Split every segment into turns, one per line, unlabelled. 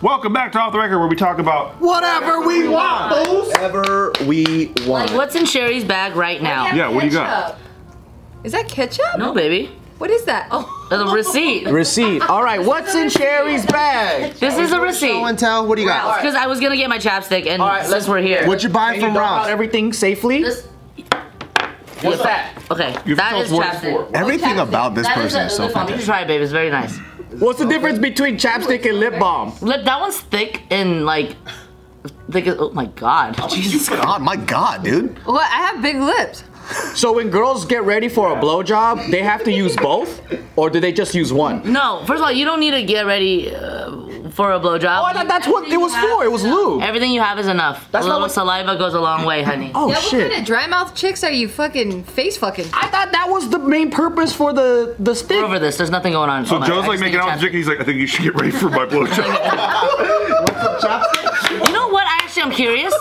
Welcome back to Off the Record, where we talk about
Whatever we want, fools.
Ever we want.
Like, what's in Sherry's bag right now?
yeah. What do you got?
Ketchup. Is that ketchup?
No, baby.
What is that? Oh.
The receipt.
Receipt. All right, what's in Sherry's bag?
This is a
Show
receipt.
and tell. What do you got?
Because I was gonna get my chapstick, and
right,
since
let's-
we're here,
What you
Can
buy
you
from
dump out
Ross?
everything safely?
This-
What's that?
okay,
You
that
tell us
is
what it's
chapstick.
for.
Everything
Chapstick.
about this
That is
person
a-
is so
lip balm. You should
fantastic.
try it, babe. It's very nice.
What's the difference between chapstick and lip balm?
Lip, that one's thick and like, thick. As, oh my god. Jesus.
God, my God, dude.
Well, I have big lips.
So when girls get ready for a blowjob, they have to use both, or do they just use one?
No, first of all, you don't need to get ready uh, for a blowjob.
Oh, I thought that's what it was for. It was lube.
Everything you have is enough.
That's
a
not
little
what-
saliva goes a long way, honey.
Oh
yeah, what
shit.
kind of dry mouth chicks are you fucking face fucking?
I thought that was the main purpose for the the stick.
We're over this. There's nothing going on.
Oh,
So Joe's like making out with Jake, and he's like, I think you should get ready for my blowjob.
You know what? I actually, I'm curious.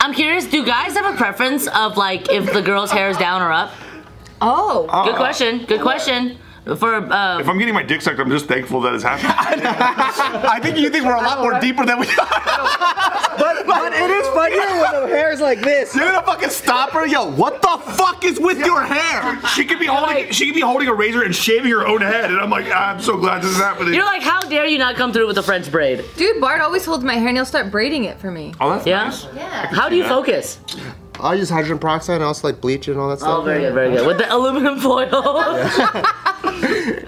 I'm curious. Do guys have a preference of like if the girl's hair is down or up?
Oh.
Good question. Good question. For uh,
if I'm getting my dick sucked, I'm just thankful that it's happening.
I think you think we're a lot more deeper than we are.
But, but it is funnier when the hair's like this.
You're gonna fucking stop her? Yo, what the fuck is with your hair?
she could be holding she could be holding a razor and shaving her own head, and I'm like, "Ah, I'm so glad this is happening.
you're like, how dare you not come through with a French braid?
Dude, Bart always holds my hair and he'll start braiding it for me.
oh, that's
Yeah?
nice.
Yeah.
How do you focus?
I use hydrogen peroxide and also like bleach and all that
Oh,
stuff.
very good, very good. With the aluminum foil.
Oh.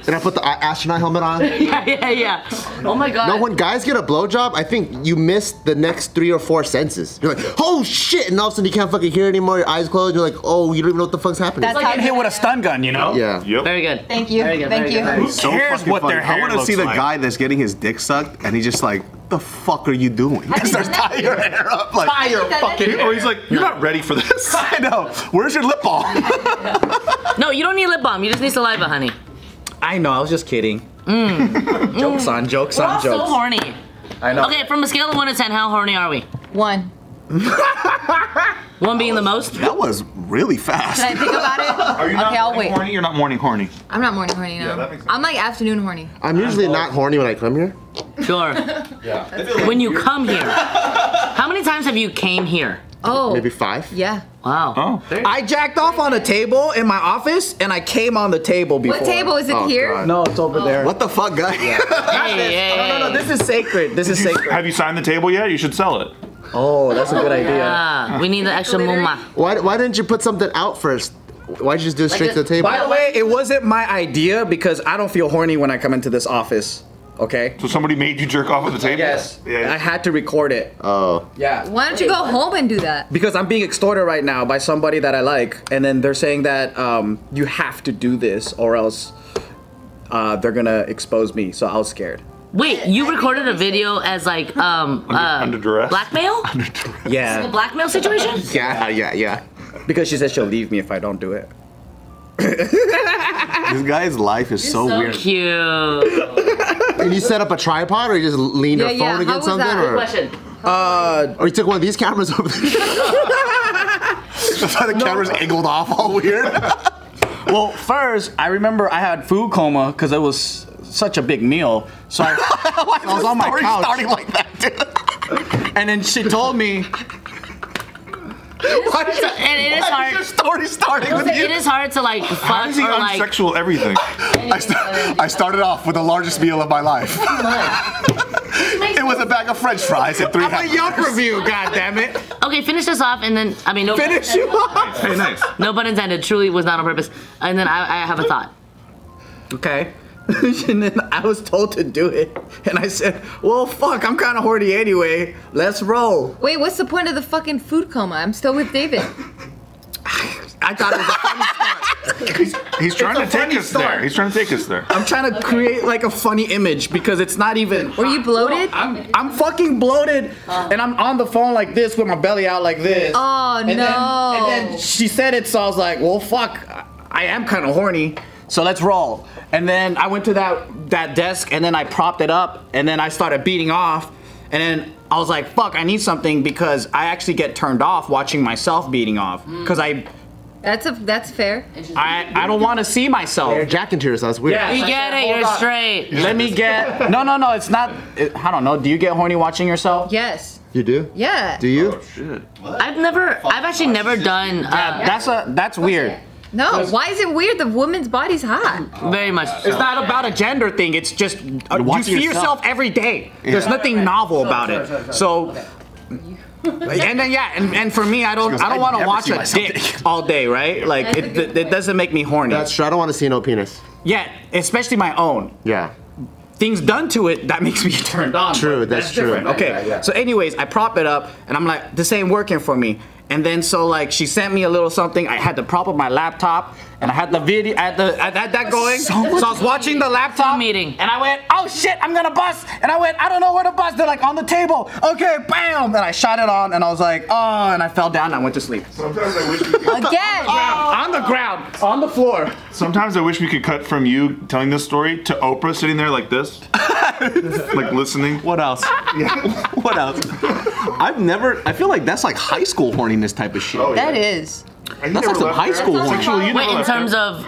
And I put the a- astronaut helmet on.
yeah, yeah, yeah. Oh my god.
No, when guys get a blowjob, I think you miss the next three or four senses. You're like, oh shit, and all of a sudden you can't fucking hear anymore. Your eyes closed. You're like, oh, you don't even know what the fuck's happening.
That's how
Hit with a stun gun, you know?
yeah.
Yep.
Very good.
Thank you.
Very good,
Thank
very
you.
good, very good.
Who cares what their hair
I want to see the
looks like?
guy that's getting his dick sucked, and he's just like, "The fuck are you doing?"
I think
Starts
that-
tying your hair up like.
I think that-
He- Or he's like, you're not ready for this.
I know. Where's your lip balm?
No, you don't need lip balm. You just need saliva, honey.
I know. I was just kidding. jokes on jokes
We're all
on
so
jokes.
horny.
I know.
Okay, from a scale of one to ten, how horny are we?
One.
One being the most.
that was really fast.
Can I think about it?
Are you
Okay, I'll wait.
horny? You're not morning horny.
I'm not morning horny now.
that makes sense.
I'm like afternoon horny.
I'm usually not horny when I come here.
Sure. When you come here, how many times have you came here?
Oh.
Maybe five.
Yeah.
Wow.
Oh.
I jacked off on a table in my office, and I came on the table before.
What table is Oh. it
Oh,
here?
God.
No, it's over there.
What the fuck, guy?
Hey, hey,
No, no, no. This is sacred. This is sacred.
Have you signed the table yet? You should sell it.
Oh, that's a good idea.
Ah, we need the extra
Glitter.
muma.
Why, why didn't you put something out first? Why'd you just do it straight
a-
to the table?
By the way, it wasn't my idea because I don't feel horny when I come into this office. Okay.
So somebody made you jerk off at the table?
Yes. I
Yeah.
had to record it.
Oh.
Yeah.
Why don't you go home and do that?
Because I'm being extorted right now by somebody that I like, and then they're saying that um, you have to do this or else uh, they're gonna expose me. So I was scared.
Wait, you recorded a video as like um uh,
under duress.
blackmail? A
Yeah.
blackmail situation?
Yeah, yeah, yeah.
Because she said she'll leave me if I don't do it.
this guy's life is so,
So
weird.
cute.
And you set up a tripod or you just leaned
Yeah,
your
yeah,
phone
how
against
was
something?
that?
Or,
Question.
Oh,
or you took one of these cameras over there?
That's why the camera's angled off all weird.
Well, first, I remember I had food coma because it was such a big meal. So I, I was on my
Story
couch,
starting like that, dude.
and then she told me,
And it is
Why is your
hard.
story starting with you?
It is hard to like
How
fuck
is he
or like.
unsexual everything?
I, st- I started off with the largest meal of my life. it was a bag of French fries and three.
I'm a Yelp review, goddammit.
Okay, finish this off, and then I mean no.
Finish you off.
Hey, nice.
No pun intended. Truly was not on purpose. And then I, I have a thought.
Okay. and then I was told to do it, and I said, "Well, fuck, I'm kind of horny anyway. Let's roll."
Wait, what's the point of the fucking food coma? I'm still with David.
I thought it was. A funny
He's, he's trying
It's a
to take
funny
us
story.
there. He's trying to take us there.
I'm trying to create like a funny image because it's not even.
Were you bloated?
I'm I'm fucking bloated, and I'm on the phone like this with my belly out like this.
Oh,
and
no.
Then, and then she said it, so I was like, well, fuck, I am kind of horny, so let's roll. And then I went to that that desk, and then I propped it up, and then I started beating off, and then. I was like,
Mm.
fuck, I need something because I actually get turned off watching myself beating off. Because I
That's a that's fair.
I, I don't want to see myself.
You're jacking to yourself. That's weird.
Yeah.
You get it. You're straight.
Let me get. No, no, no. It's not. It, I don't know. Do you get horny watching yourself?
Yes.
You do?
Yeah.
Do
Oh,
you?
I've never. I've actually never done. Uh,
That's a. That's weird.
No. Why is it weird? The woman's body's hot.
very much.
It's not about a gender thing. It's just uh, you
watching
see
yourself.
yourself every day. There's nothing novel about it. So. and then yeah, and, and for me, I don't
goes,
I don't
"I
want to
never
watch
see
a
myself naked."
dick all day, right? Like
That's a
it,
good
it, it doesn't make me horny.
That's true. I don't want to see no penis.
yeah, especially my own
Yeah.
things done to it that makes me turned on.
True,
but
that's true.
different. Okay.
Yeah, yeah.
So, anyways, I prop it up, and I'm like, this ain't working for me. And then so like she sent me a little something. I had to prop up my laptop, and I had the video, I had the, I had that going. So, I was watching the laptop
meeting.
and I went, oh shit, I'm gonna bust. And I went, I don't know where to bust. They're like on the table. Okay, bam. And I shot it on, and I was like, oh, and I fell down. and I went to sleep
Sometimes I wish we could.
Again.
on the ground, on the floor.
Sometimes I wish we could cut from you telling this story to Oprah sitting there like this, like listening.
What else? what else? I've never. I feel like that's like high school horniness type of
Oh,
shit.
That is.
And you never
That's like some
left
high
there.
school one.
Sexual, you
Wait,
never
in
left there.
terms of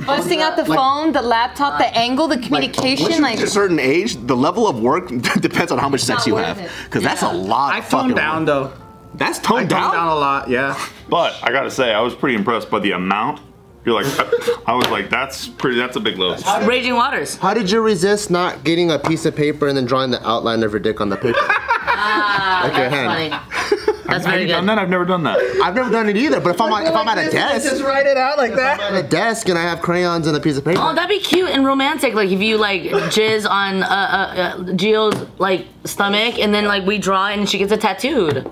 uh,
Busting out the phone, the laptop, the angle, the communication, like.
At a certain age, the level of work depends on how much sex
not
you
worth
have.
it.
Because that's a lot.
I
of fucking
toned down
work.
though.
That's
I
toned
toned
down.
down a lot. Yeah.
But I gotta say, I was pretty impressed by the amount. You're like, I, I was like, that's pretty. That's a big load.
raging waters.
How did you resist not getting a piece of paper and then drawing the outline of your dick on the paper? like your hand.
Ah, Funny. That's
Have
very
you done
good.
that? I've never done that.
I've never done it either, but if I'm, if I'm at a desk,
write it out like that.
at a desk and I have crayons and a piece of paper.
Oh, that'd be cute and romantic. Like if you like jizz on uh, uh, uh, Gio's like stomach, and then like we draw, it and she gets it tattooed.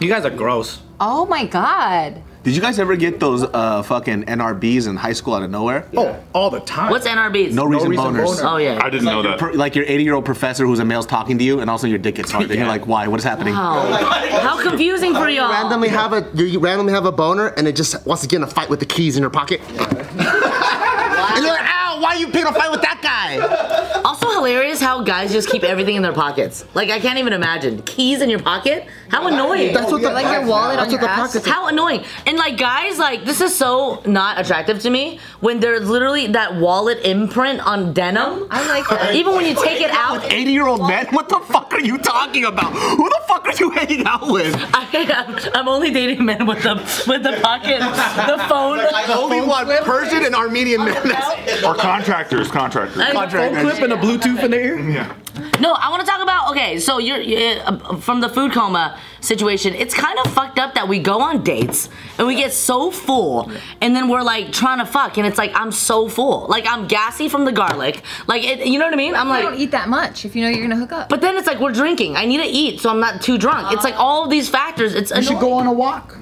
You guys are gross.
Oh my god.
Did you guys ever get those uh, fucking NRBs in high school out of nowhere?
Oh, all the time.
What's NRBs?
No reason, boners.
Oh yeah.
I didn't know that.
Per- like your 80 year old professor who's a male's talking to you, and all of a sudden your dick gets hard. And you're like, why? What is happening?
Wow. Oh. How confusing for y'all.
randomly have a you you randomly have a boner and it just wants to get in a fight with the keys in your pocket. and you're like, ow, why you picking a fight with that guy?
Also hilarious how guys just keep everything in their pockets. Like I can't even imagine. Keys in your pocket? How annoying.
That's what the
Like your wallet on
that's
your
what the
ass.
pockets-
how annoying. And like guys, like this is so not attractive to me when there's literally that wallet imprint on denim.
I like that.
Even when you take it out,
80 year old men? What the fuck are you talking about? Who the fuck are you hanging out with?
I, I'm only dating men with the with the pocket, the phone.
I only want Persian and Armenian men. That's
Or contractors, contractors.
I-
Contractors.
clip and a Bluetooth in there?
yeah.
No, I want to talk about okay. So you're, you uh, from the food coma situation. It's kind of fucked up that we go on dates and we get so full, and then we're like trying to fuck, and it's like I'm so full, like I'm gassy from the garlic, like it, you know what I mean? I'm
I
like.
don't eat that much if you know you're gonna hook up.
But then it's like we're drinking. I need to eat, so I'm not too drunk. It's like all of these factors. It's
You should go on a walk.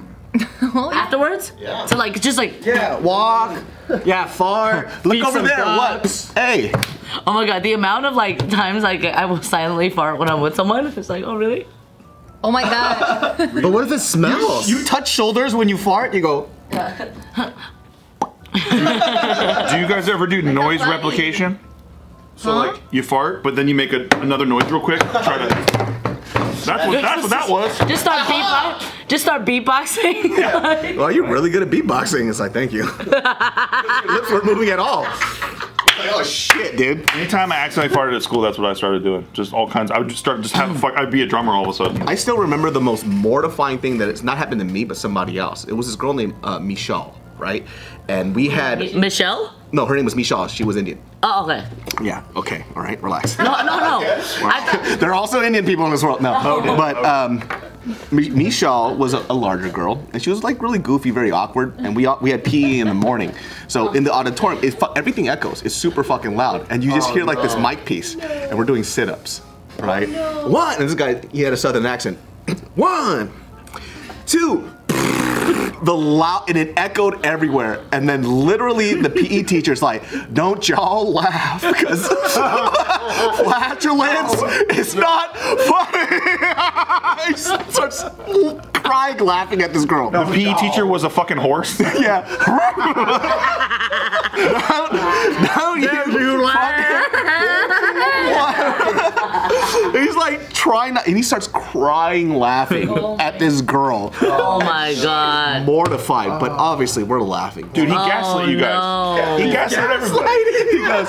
afterwards. Yeah. To like just like
Yeah, walk. Yeah, far. Look
over there. What? Hey.
oh my god, the amount of like times like I will silently fart when I'm with someone. It's like oh really?
oh my god.
But what if it smells?
You touch shoulders when you fart, you go,
Do you guys ever do noise
bunny.
replication? So
Huh?
like you fart, but then you make a, another noise real quick. Try to. That's what. That's what that was.
Just start beatbox. Just start beatboxing.
Well, you're really good at beatboxing. It's like, thank you. your lips weren't moving at all. Like, oh, shit, dude.
Anytime I accidentally farted at school, that's what I started doing. Just all kinds. I would just start just having fuck. I'd be a drummer all of a sudden.
I still remember the most mortifying thing that it's not happened to me, but somebody else. It was this girl named uh, Michelle, right? And we had,
Michelle?
no, her name was Michelle. She was Indian.
Oh, okay.
Yeah, okay, all right, relax.
No, no, no. I, Oh,
there are also Indian people in this world. No, but um, Mi- Michelle was a, a larger girl, and she was like really goofy, very awkward. And we all, we had PE in the morning, so in the auditorium, it, fu- everything echoes. It's super fucking loud, and you just
Oh,
hear like this mic piece, and we're doing sit-ups, right?
Oh,
One, and this guy he had a southern accent. One, two. The loud and it echoed everywhere, and then literally the PE teacher's like, "Don't y'all laugh, because flatulence is not funny." I starts crying, laughing at this girl.
The PE teacher was a fucking horse.
Yeah. don't, don't you, you laugh. He's like, try not, and he starts crying, laughing at this girl,
Oh my god.
mortified. But obviously, we're laughing.
Dude, he gaslit you guys. He Oh, gaslit everybody.
He goes,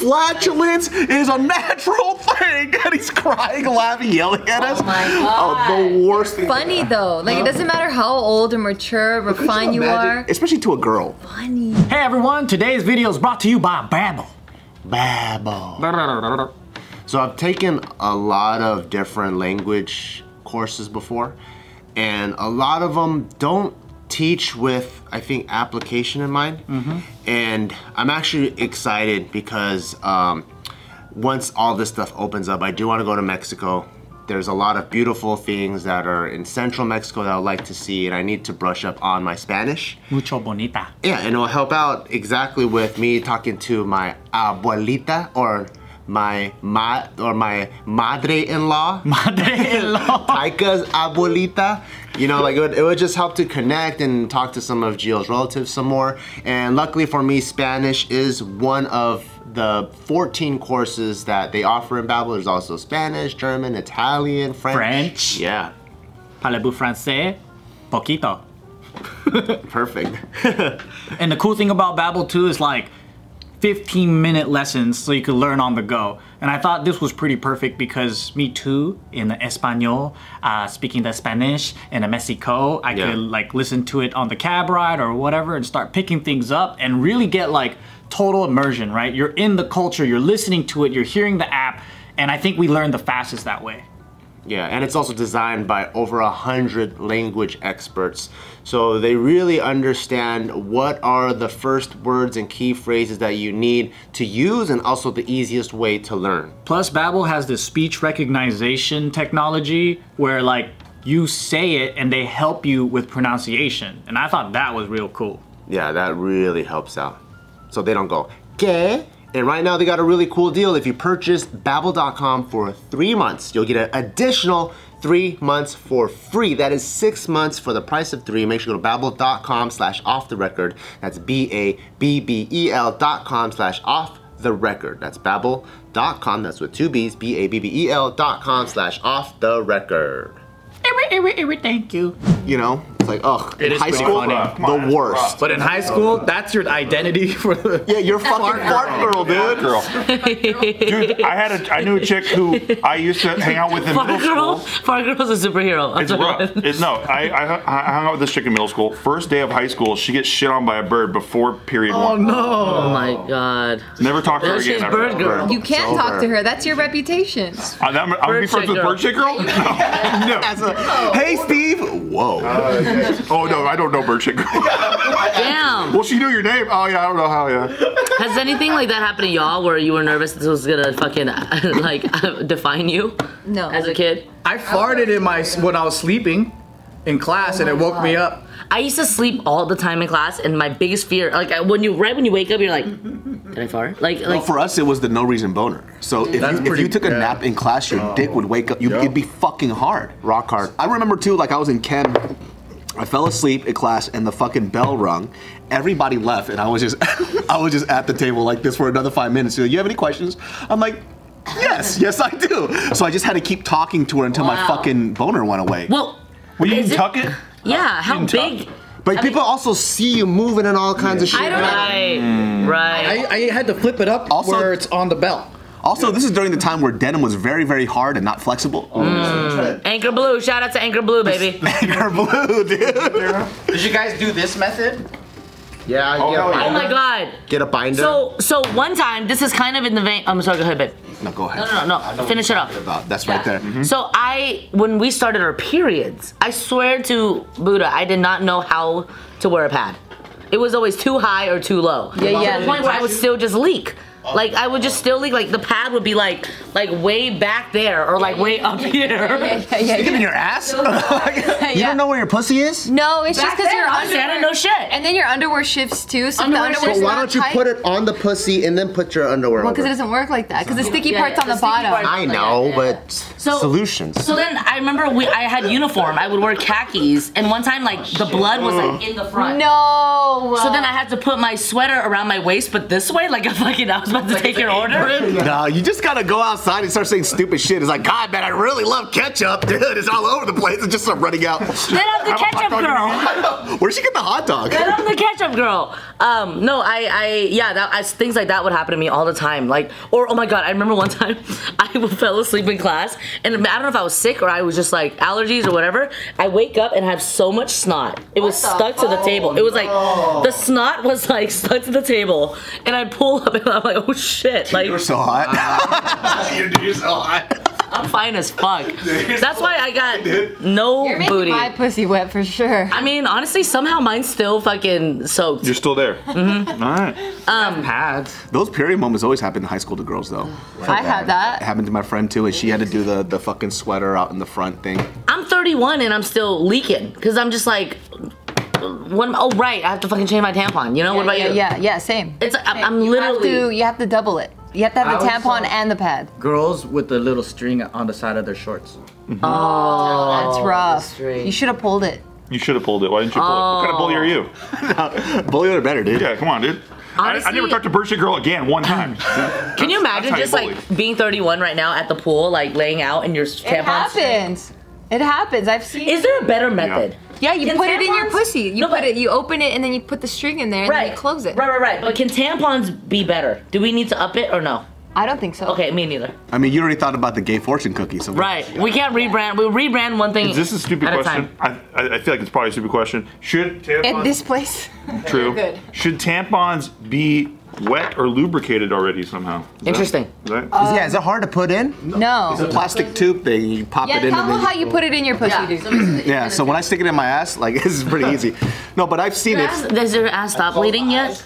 flatulence is a natural thing, and he's crying, laughing, yelling at us.
Oh my God.
Oh, the worst thing.
Funny though, like it doesn't matter how old or mature, refined you are.
especially to a girl.
Funny.
Hey everyone, today's video is brought to you by Babbel.
Babble. So I've taken a lot of different language courses before, and a lot of them don't teach with I think application in mind. And I'm actually excited because um, once all this stuff opens up, I do want to go to Mexico. There's a lot of beautiful things that are in central Mexico that I'd like to see, and I need to brush up on my Spanish.
Mucho bonita.
Yeah, and it'll help out exactly with me talking to my abuelita or my ma or my madre-in-law. Taika's abuelita. You know, like it would, it would just help to connect and talk to some of Gio's relatives some more. And luckily for me, Spanish is one of the 14 courses that they offer in Babel. There's also Spanish, German, Italian, French.
French.
Yeah,
Parlez-vous français? Poquito.
perfect.
And the cool thing about Babbel too is like 15 minute lessons so you could learn on the go. And I thought this was pretty perfect because me too in Espanol, uh, speaking the Spanish in Mexico, I
Yeah.
could like listen to it on the cab ride or whatever and start picking things up and really get like total immersion, right? You're in the culture, you're listening to it, you're hearing the app, and I think we learn the fastest that way.
Yeah, and it's also designed by over a hundred language experts. So they really understand what are the first words and key phrases that you need to use and also the easiest way to learn.
Plus, Babbel has this speech recognition technology where like you say it and they help you with pronunciation. And I thought that was real cool.
Yeah, that really helps out. So they don't go, que? And right now they got a really cool deal. If you purchase babbel.com for three months, you'll get an additional three months for free. That is six months for the price of three. Make sure you go to babbel.com slash off the record. That's B-A-B-B-E-L E dot com slash off the record. That's babbel.com. That's with two B's, B-A-B-B-E-L E dot com slash off the record.
Thank you.
You know, it's like, ugh. in
is
high
pretty
school,
funny.
Come on,
the
it's
worst.
rough.
But in high school, that's your identity for the.
Yeah, you're fucking fart girl, dude.
girl. Dude, I had a I knew a chick who I used to hang out with in
Far
middle
Girl?
school.
Far Girl's a superhero. I'm
It's
sorry.
rough. It's no. I, I hu- I hung out with this chick in middle school. First day of high school, she gets shit on by a bird before period one.
Oh my god.
Never talk to her
There
again.
she's
after
Bird
that.
Girl.
You can't
It's
talk
over.
to her. That's your reputation.
I'm, I'm, I'm gonna be friends
Bird chick
with
girl.
Bird Chick Girl. No.
That's a, hey, Steve. Whoa.
Oh no, I don't know Bird Chick Girl.
Damn.
well, she knew your name. Oh yeah, I don't know how. Yeah.
Has anything like that happened to y'all where you were nervous this was gonna fucking like define you
No.
as a kid?
I farted in my when I was sleeping in class, and it woke me up.
I used to sleep all the time in class, and my biggest fear, like I- when you right when you wake up, you're like, did I fart? Like like.
Well, for us, it was the no reason boner. So if,
That's
you, if
pretty-
you took a
yeah.
nap in class, your dick would wake up. You, It'd be fucking hard.
Oh. Rock hard.
I remember too, like I was in chem. I fell asleep at class and the fucking bell rung. Everybody left and I was just I was just at the table like this for another five minutes. So you have any questions? I'm like, yes, yes I do. So I just had to keep talking to her until my
Wow.
fucking boner went away.
well,
Well, you can
Is it-
tuck it.
yeah. How
tuck.
big?
But people also see you moving and all kinds of shit.
I don't know.
Right. Mm. Right.
I, I had to flip it up
Also-
where it's on the belt.
also, this is during the time where denim was very, very hard and not flexible.
Mm.
Anchor Blue. Shout out to Anchor Blue, baby.
You're blue, dude.
Did you guys do this method?
Yeah,
Oh,
get, a
hell yeah.
Oh
binder,
my god.
get a binder.
So so one time, this is kind of in the vein. I'm sorry. Go ahead, babe.
No, go ahead.
No, no, no, no. Finish it up.
Mm-hmm.
Mm-hmm.
About- That's right there.
So I, when we started our periods, I swear to Buddha, I did not know how to wear a pad. It was always too high or too low.
Yeah,
To
yeah.
the point where I would still just leak. Like I would just still leak. Like the pad would be like, like way back there or like way up here.
Yeah, yeah, yeah.
In your ass?
you don't know where your pussy is?
No, it's just
Back
because
then,
your
honestly, I
underwear.
didn't know shit.
And then your underwear shifts too. So if
Underwear
the
shifts.
underwear's
So why
not
don't you
tight,
put it on the pussy and then put your underwear
Well,
over?
because it doesn't work like that. Because the sticky
Yeah,
part's
yeah,
on
the
the,
sticky
bottom.
part.
I know, but
So-
solutions.
So then I remember we, I had uniform. I would wear khakis, and one time like the blood was like in the front.
No.
So then I had to put my sweater around my waist, but this way, like a fucking I was about to take your order?
No, you just gotta go outside and start saying stupid shit. It's like, God, man, I really love ketchup, dude. It's all over the place. It's just start running out.
Then I'm the ketchup girl.
Where'd she get the hot dog?
Then I'm the ketchup girl. Um, no, I, I, yeah, that, I, things like that would happen to me all the time. Like, or oh my god, I remember one time I fell asleep in class, and I don't know if I was sick or I was just like allergies or whatever. I wake up and have so much snot. It was stuck to the table. It was like the snot was like stuck to the table, and I pull up and I'm like, oh shit, like
You're so hot. You're so hot.
I'm fine as fuck. That's why I got no
You're making
booty.
my pussy wet for sure.
I mean, honestly, somehow mine's still fucking soaked.
You're still there. All right.
Those period moments always happen in high school to girls, though.
I had that.
It happened to my friend too, and she had to do the the fucking sweater out in the front thing.
I'm 31 and I'm still leaking because I'm just like, one, oh right, I have to fucking change my tampon. You know? what about
yeah,
you?
Yeah, yeah, same.
It's- I'm-
Same.
I'm
You have
literally-
to- you have to double it. You have to have the
I was
tampon
so-
and the pad.
Girls with the little string on the side of their shorts.
Mm-hmm.
Oh,
Oh, That's rough.
straight.
You should have pulled it.
You should have pulled it. Why didn't you pull it? What kind of bully are you?
Oh.
Bully are better, dude.
Yeah, come on, dude. I, I never
Honestly-
talked to Bursha Girl again one time.
Can you
That's- that's
imagine
how you
just like
bully.
being 31 right now at the pool, like laying out and your
It
tampon?
happens. It happens. I've seen.
Is there a better method?
yeah, you
Can
put it in your
tampons-
pussy. You
No,
put
but-
it. You open it and then you put the string in there and then
Right.
you close it.
Right, right, right. But can tampons be better? Do we need to up it or no?
I don't think so.
Okay, me neither.
I mean, you already thought about the gay fortune cookie, so
Right. We can't rebrand. We rebrand one thing.
Is this a stupid
at A
question?
time.
I, I, I feel like it's probably a stupid question. Should
At
tampons,
this place.
true?
Good.
Should tampons be wet or lubricated already somehow? Is that-
Interesting. Uh,
is that-
yeah, is it hard to put in?
No.
It's a plastic tube thing. You pop
Yeah,
it in.
tell
and then
them how you put it in your pussy, dude.
Yeah, so when I stick it in my ass, like this is pretty easy. No, but I've seen
Your
it.
ass- Does your ass stop bleeding yet?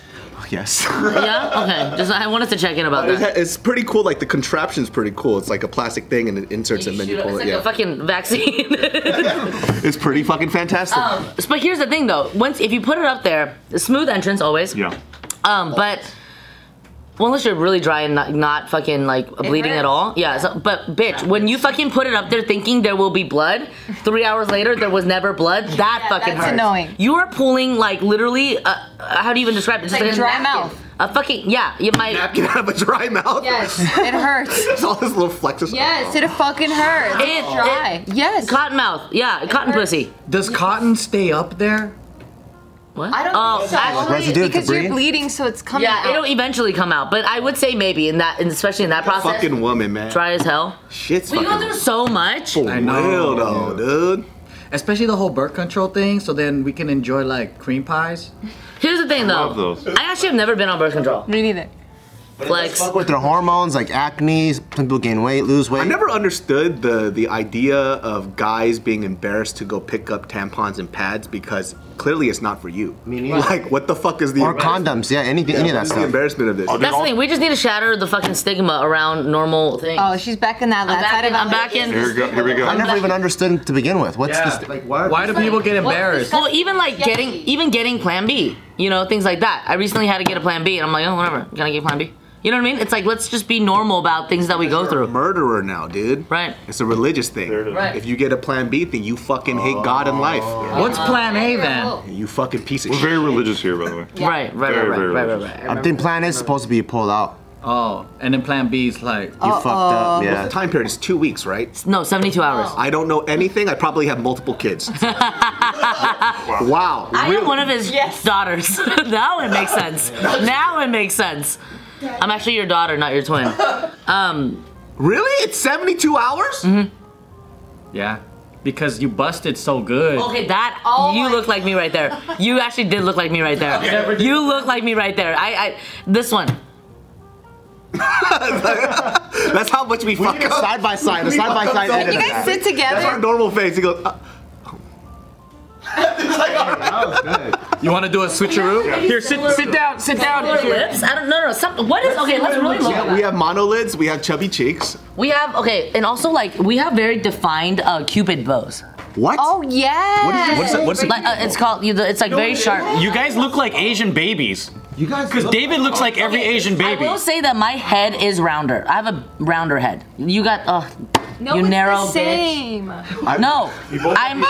Yes.
Yeah. Okay. Just I wanted to check in about that.
it's pretty cool. Like the contraption's pretty cool. It's like a plastic thing and it inserts and then you
Shoot,
pull
it's
it.
like
Yeah.
a fucking vaccine.
it's pretty fucking fantastic.
Oh. but here's the thing, though. Once if you put it up there, a smooth entrance always.
Yeah.
Um, but well, unless you're really dry and not, not fucking like bleeding at
hurts.
all. Yeah. So, but bitch, when you fucking put it up there thinking there will be blood, three hours later there was never blood. That fucking
that's
hurts.
annoying.
You are pulling like literally. Uh, uh, how do you even describe it? Just
like
a napkin.
dry mouth.
A fucking yeah. You might.
Napkin out of a dry mouth.
Yes, it hurts.
There's all this little flexes.
Yes, it fucking hurts.
It-
It's dry. yes.
Cotton mouth. Yeah. Cotton
hurts.
pussy.
Does cotton stay up there?
What?
I don't
Oh,
think so.
actually,
Residue of
because
debris?
you're bleeding, so it's coming
Yeah,
out.
it'll eventually come out, but I would say maybe in that, and especially in that process,
Fucking woman, man.
dry as hell.
Shit's
We go
fucking
through so much.
for
I know,
real though, dude.
Especially the whole birth control thing, so then we can enjoy like cream pies.
Here's the thing, though.
love those.
I actually have never been on birth control.
Me neither.
Flex.
Fuck with their hormones like acne. Some people gain weight, lose weight.
I never understood the the idea of guys being embarrassed to go pick up tampons and pads because clearly it's not for you.
neither.
Like, what the fuck is the
or
embarrassment-
condoms. Yeah, anything, any of that
What's the
stuff.
embarrassment of this?
I'll do
That's the
all-
thing. We just need to shatter the fucking stigma around normal things.
Oh, she's back in that
I'm
last
back
side
in.
of
I'm back in.
Here we go. Here we
I
go.
never even understood to begin with. What's this? Like, why?
Why do people get embarrassed?
Well, even like getting, even getting Plan B. You know, things like that. I recently had to get a Plan B, and I'm like, oh, whatever. Can I get Plan B? You know what I mean? It's like let's just be normal about things that we go
You're a
through.
murderer now, dude.
Right.
It's a religious thing.
There it is. Right.
If you get a plan B thing, you fucking hate God and life.
What's plan A then?
You fucking piece of
Oh. We're
shit.
very religious here, by the way.
Right, right, right,
Very,
right,
very
right, right,
religious.
right.
I think plan is supposed to be pulled out.
Oh, and then plan B is like
You fucked up.
The
Yeah.
time period is two weeks, right?
No, 72 hours.
I don't know anything. I probably have multiple kids. wow.
I
really?
am one of his daughters. now it makes sense. now it makes sense. I'm actually your daughter, not your twin.
Really? It's 72 hours?
Mm-hmm.
Oh.
Yeah. Because you busted so good.
Okay, that you look like me right there. You actually did look like me right there. you look like me right there. I, I this one.
That's how much we, fuck up.
Side by side. The side by side. edit
You
of that.
guys sit together.
That's our normal face. He goes, uh,
You want to do a switcheroo? Here, sit, sit down, sit down.
lips? I don't. No, no. Some, what is? Okay, let's really look. at
we
that.
have monolids, we have chubby cheeks.
We have okay, and also like we have very defined uh, cupid bows.
What?
Oh yeah.
What's that? What's
Like uh, it's called. you- the- It's like very sharp.
You guys look like Asian babies. You guys. Because David looks like every Asian
I
baby.
will say that my head is rounder. I have a rounder head. You got. Uh,
No,
you
it's
narrow
the
bitch.
same.
No, I'm. no, I'm.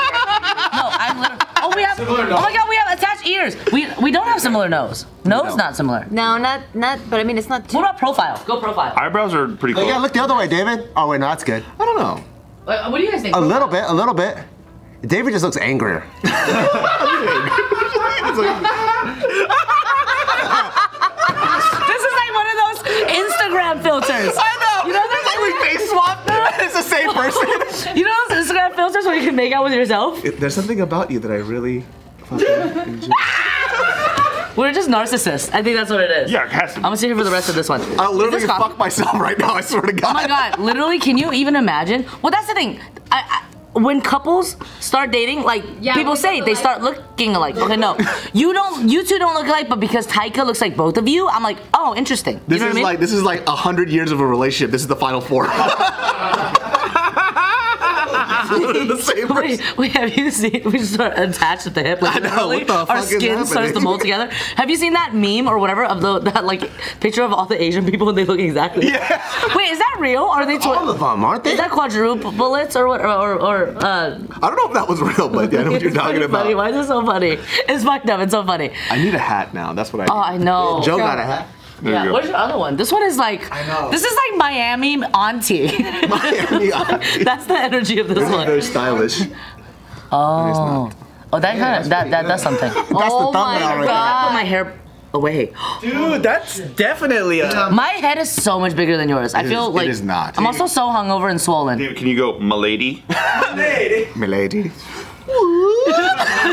Literally, Oh, we have.
Similar
Oh my
nose.
God, we have attached ears. We we don't have similar nose. Nose not similar.
No, not not. But I mean, it's not. Too
what about profile? Go profile.
Eyebrows are pretty
Like,
close.
yeah, look the other way, David. Oh wait, no, that's good. I don't know.
What, do you guys
A little bit, a little bit. David just looks angrier.
this is like one of those Instagram filters. I know. You know those like we face swap. It's the same person. you know those Instagram filters where you can make out with yourself.
It- there's something about you that I really fucking enjoy.
We're just narcissists. I think that's what it is. Yeah,
it has to be.
I'm gonna sit here for the rest of this one.
I literally
Is this coffee?
fuck myself right now. I swear to God.
Oh my god! Literally, can you even imagine? Well, that's the thing. I, I, when couples start dating, like
Yeah,
people
we
say,
look
they
alike.
start looking alike. Okay, no, you don't. You two don't look alike, but because Taika looks like both of you, I'm like, oh, interesting.
This is like this is like a hundred years of a relationship. This is the final four.
the same wait, wait, have you seen? We just are attached at the hip. Like,
I know,
literally,
what the
our
fuck is
skin starts to
happening?
mold together. Have you seen that meme or whatever of the that like picture of all the Asian people and they look exactly? Yeah. Wait, is that real? Are they? Tw- all
of them, aren't they?
Is that quadruplets or what? Or or uh,
I don't know if that was real, but yeah, I know what you're
It's
talking
pretty
about.
Funny. Why is it so funny? It's fucked up. It's so funny.
I need a hat now. That's what I.
Oh, I know.
Joe got a hat. There
yeah.
you go.
Where's your other one? This one is like. I know. This is like Miami auntie. Miami auntie. That's the energy of this
This is
one.
very stylish.
Oh. Oh, that kind of that, that does something. that's
oh
my
thumbnail right
God.
there.
Put my hair away.
Dude, that's definitely a.
My head is so much bigger than yours. I
It
feel
is- it
like
is not.
I'm also so hungover and swollen.
David, can you go, milady?
milady.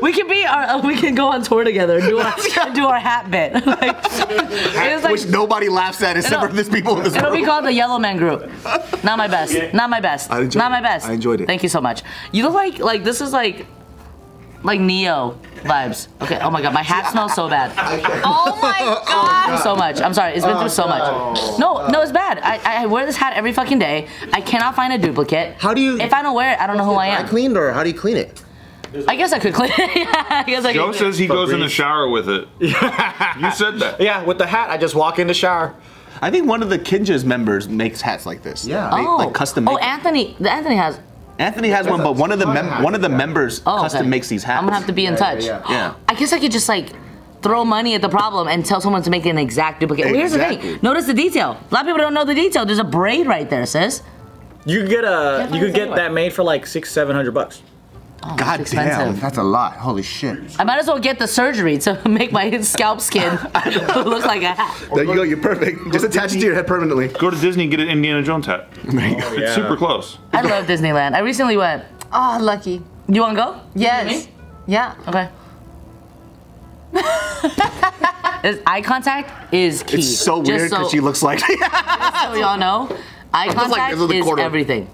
we can be our, we can go on tour together. and Do our, and do our hat bit. Like, it's like-
Which nobody laughs at except
It'll-
for this people in this
It'll be
room.
called the Yellow Man Group. Not my best. Not my best.
I enjoyed
Not my
it.
best.
I enjoyed it.
Thank you so much. You look like like this is like like Neo vibes. Okay. Oh my God, my hat smells so bad.
Oh my god.
So much. I'm sorry. It's been
Oh,
through so much. No, no, it's bad. I, I wear this hat every fucking day. I cannot find a duplicate. How do you? If I don't wear it, I don't know who I
I
am.
cleaned or how do you clean it?
I guess I could clean. yeah, I guess I could.
Joe
clean.
says he goes in the shower with it. you said that.
Yeah, with the hat, I just walk in the shower.
I think one of the Kinjas members makes hats like this. Yeah. They,
Oh.
Like custom.
oh,
make-
Anthony. The Anthony has.
Anthony has one, but one of the mem- one of the members
Oh, okay.
custom makes these hats.
I'm gonna have to be in touch.
Yeah.
I guess I could just like throw money at the problem and tell someone to make an exact duplicate. Well, here's the
Exactly.
thing. Notice the detail. A lot of people don't know the detail. There's a braid right there, sis.
You could get a
find
you could
this
get
anywhere.
that made for like six seven hundred bucks.
God
Oh, expensive.
that's a lot. Holy shit.
I might as well get the surgery to make my scalp skin look like a hat.
There you go. You're perfect. Just attach it to your head permanently.
Go to Disney, get an Indiana Jones hat. It's super close.
I love Disneyland. I recently went.
Oh, lucky.
You wanna go?
Yes. Yeah.
Okay. Is- eye contact is key.
It's so
Just
weird because she looks like.
so y'all know, eye
Just like
contact
this is the
is
quarter.
everything.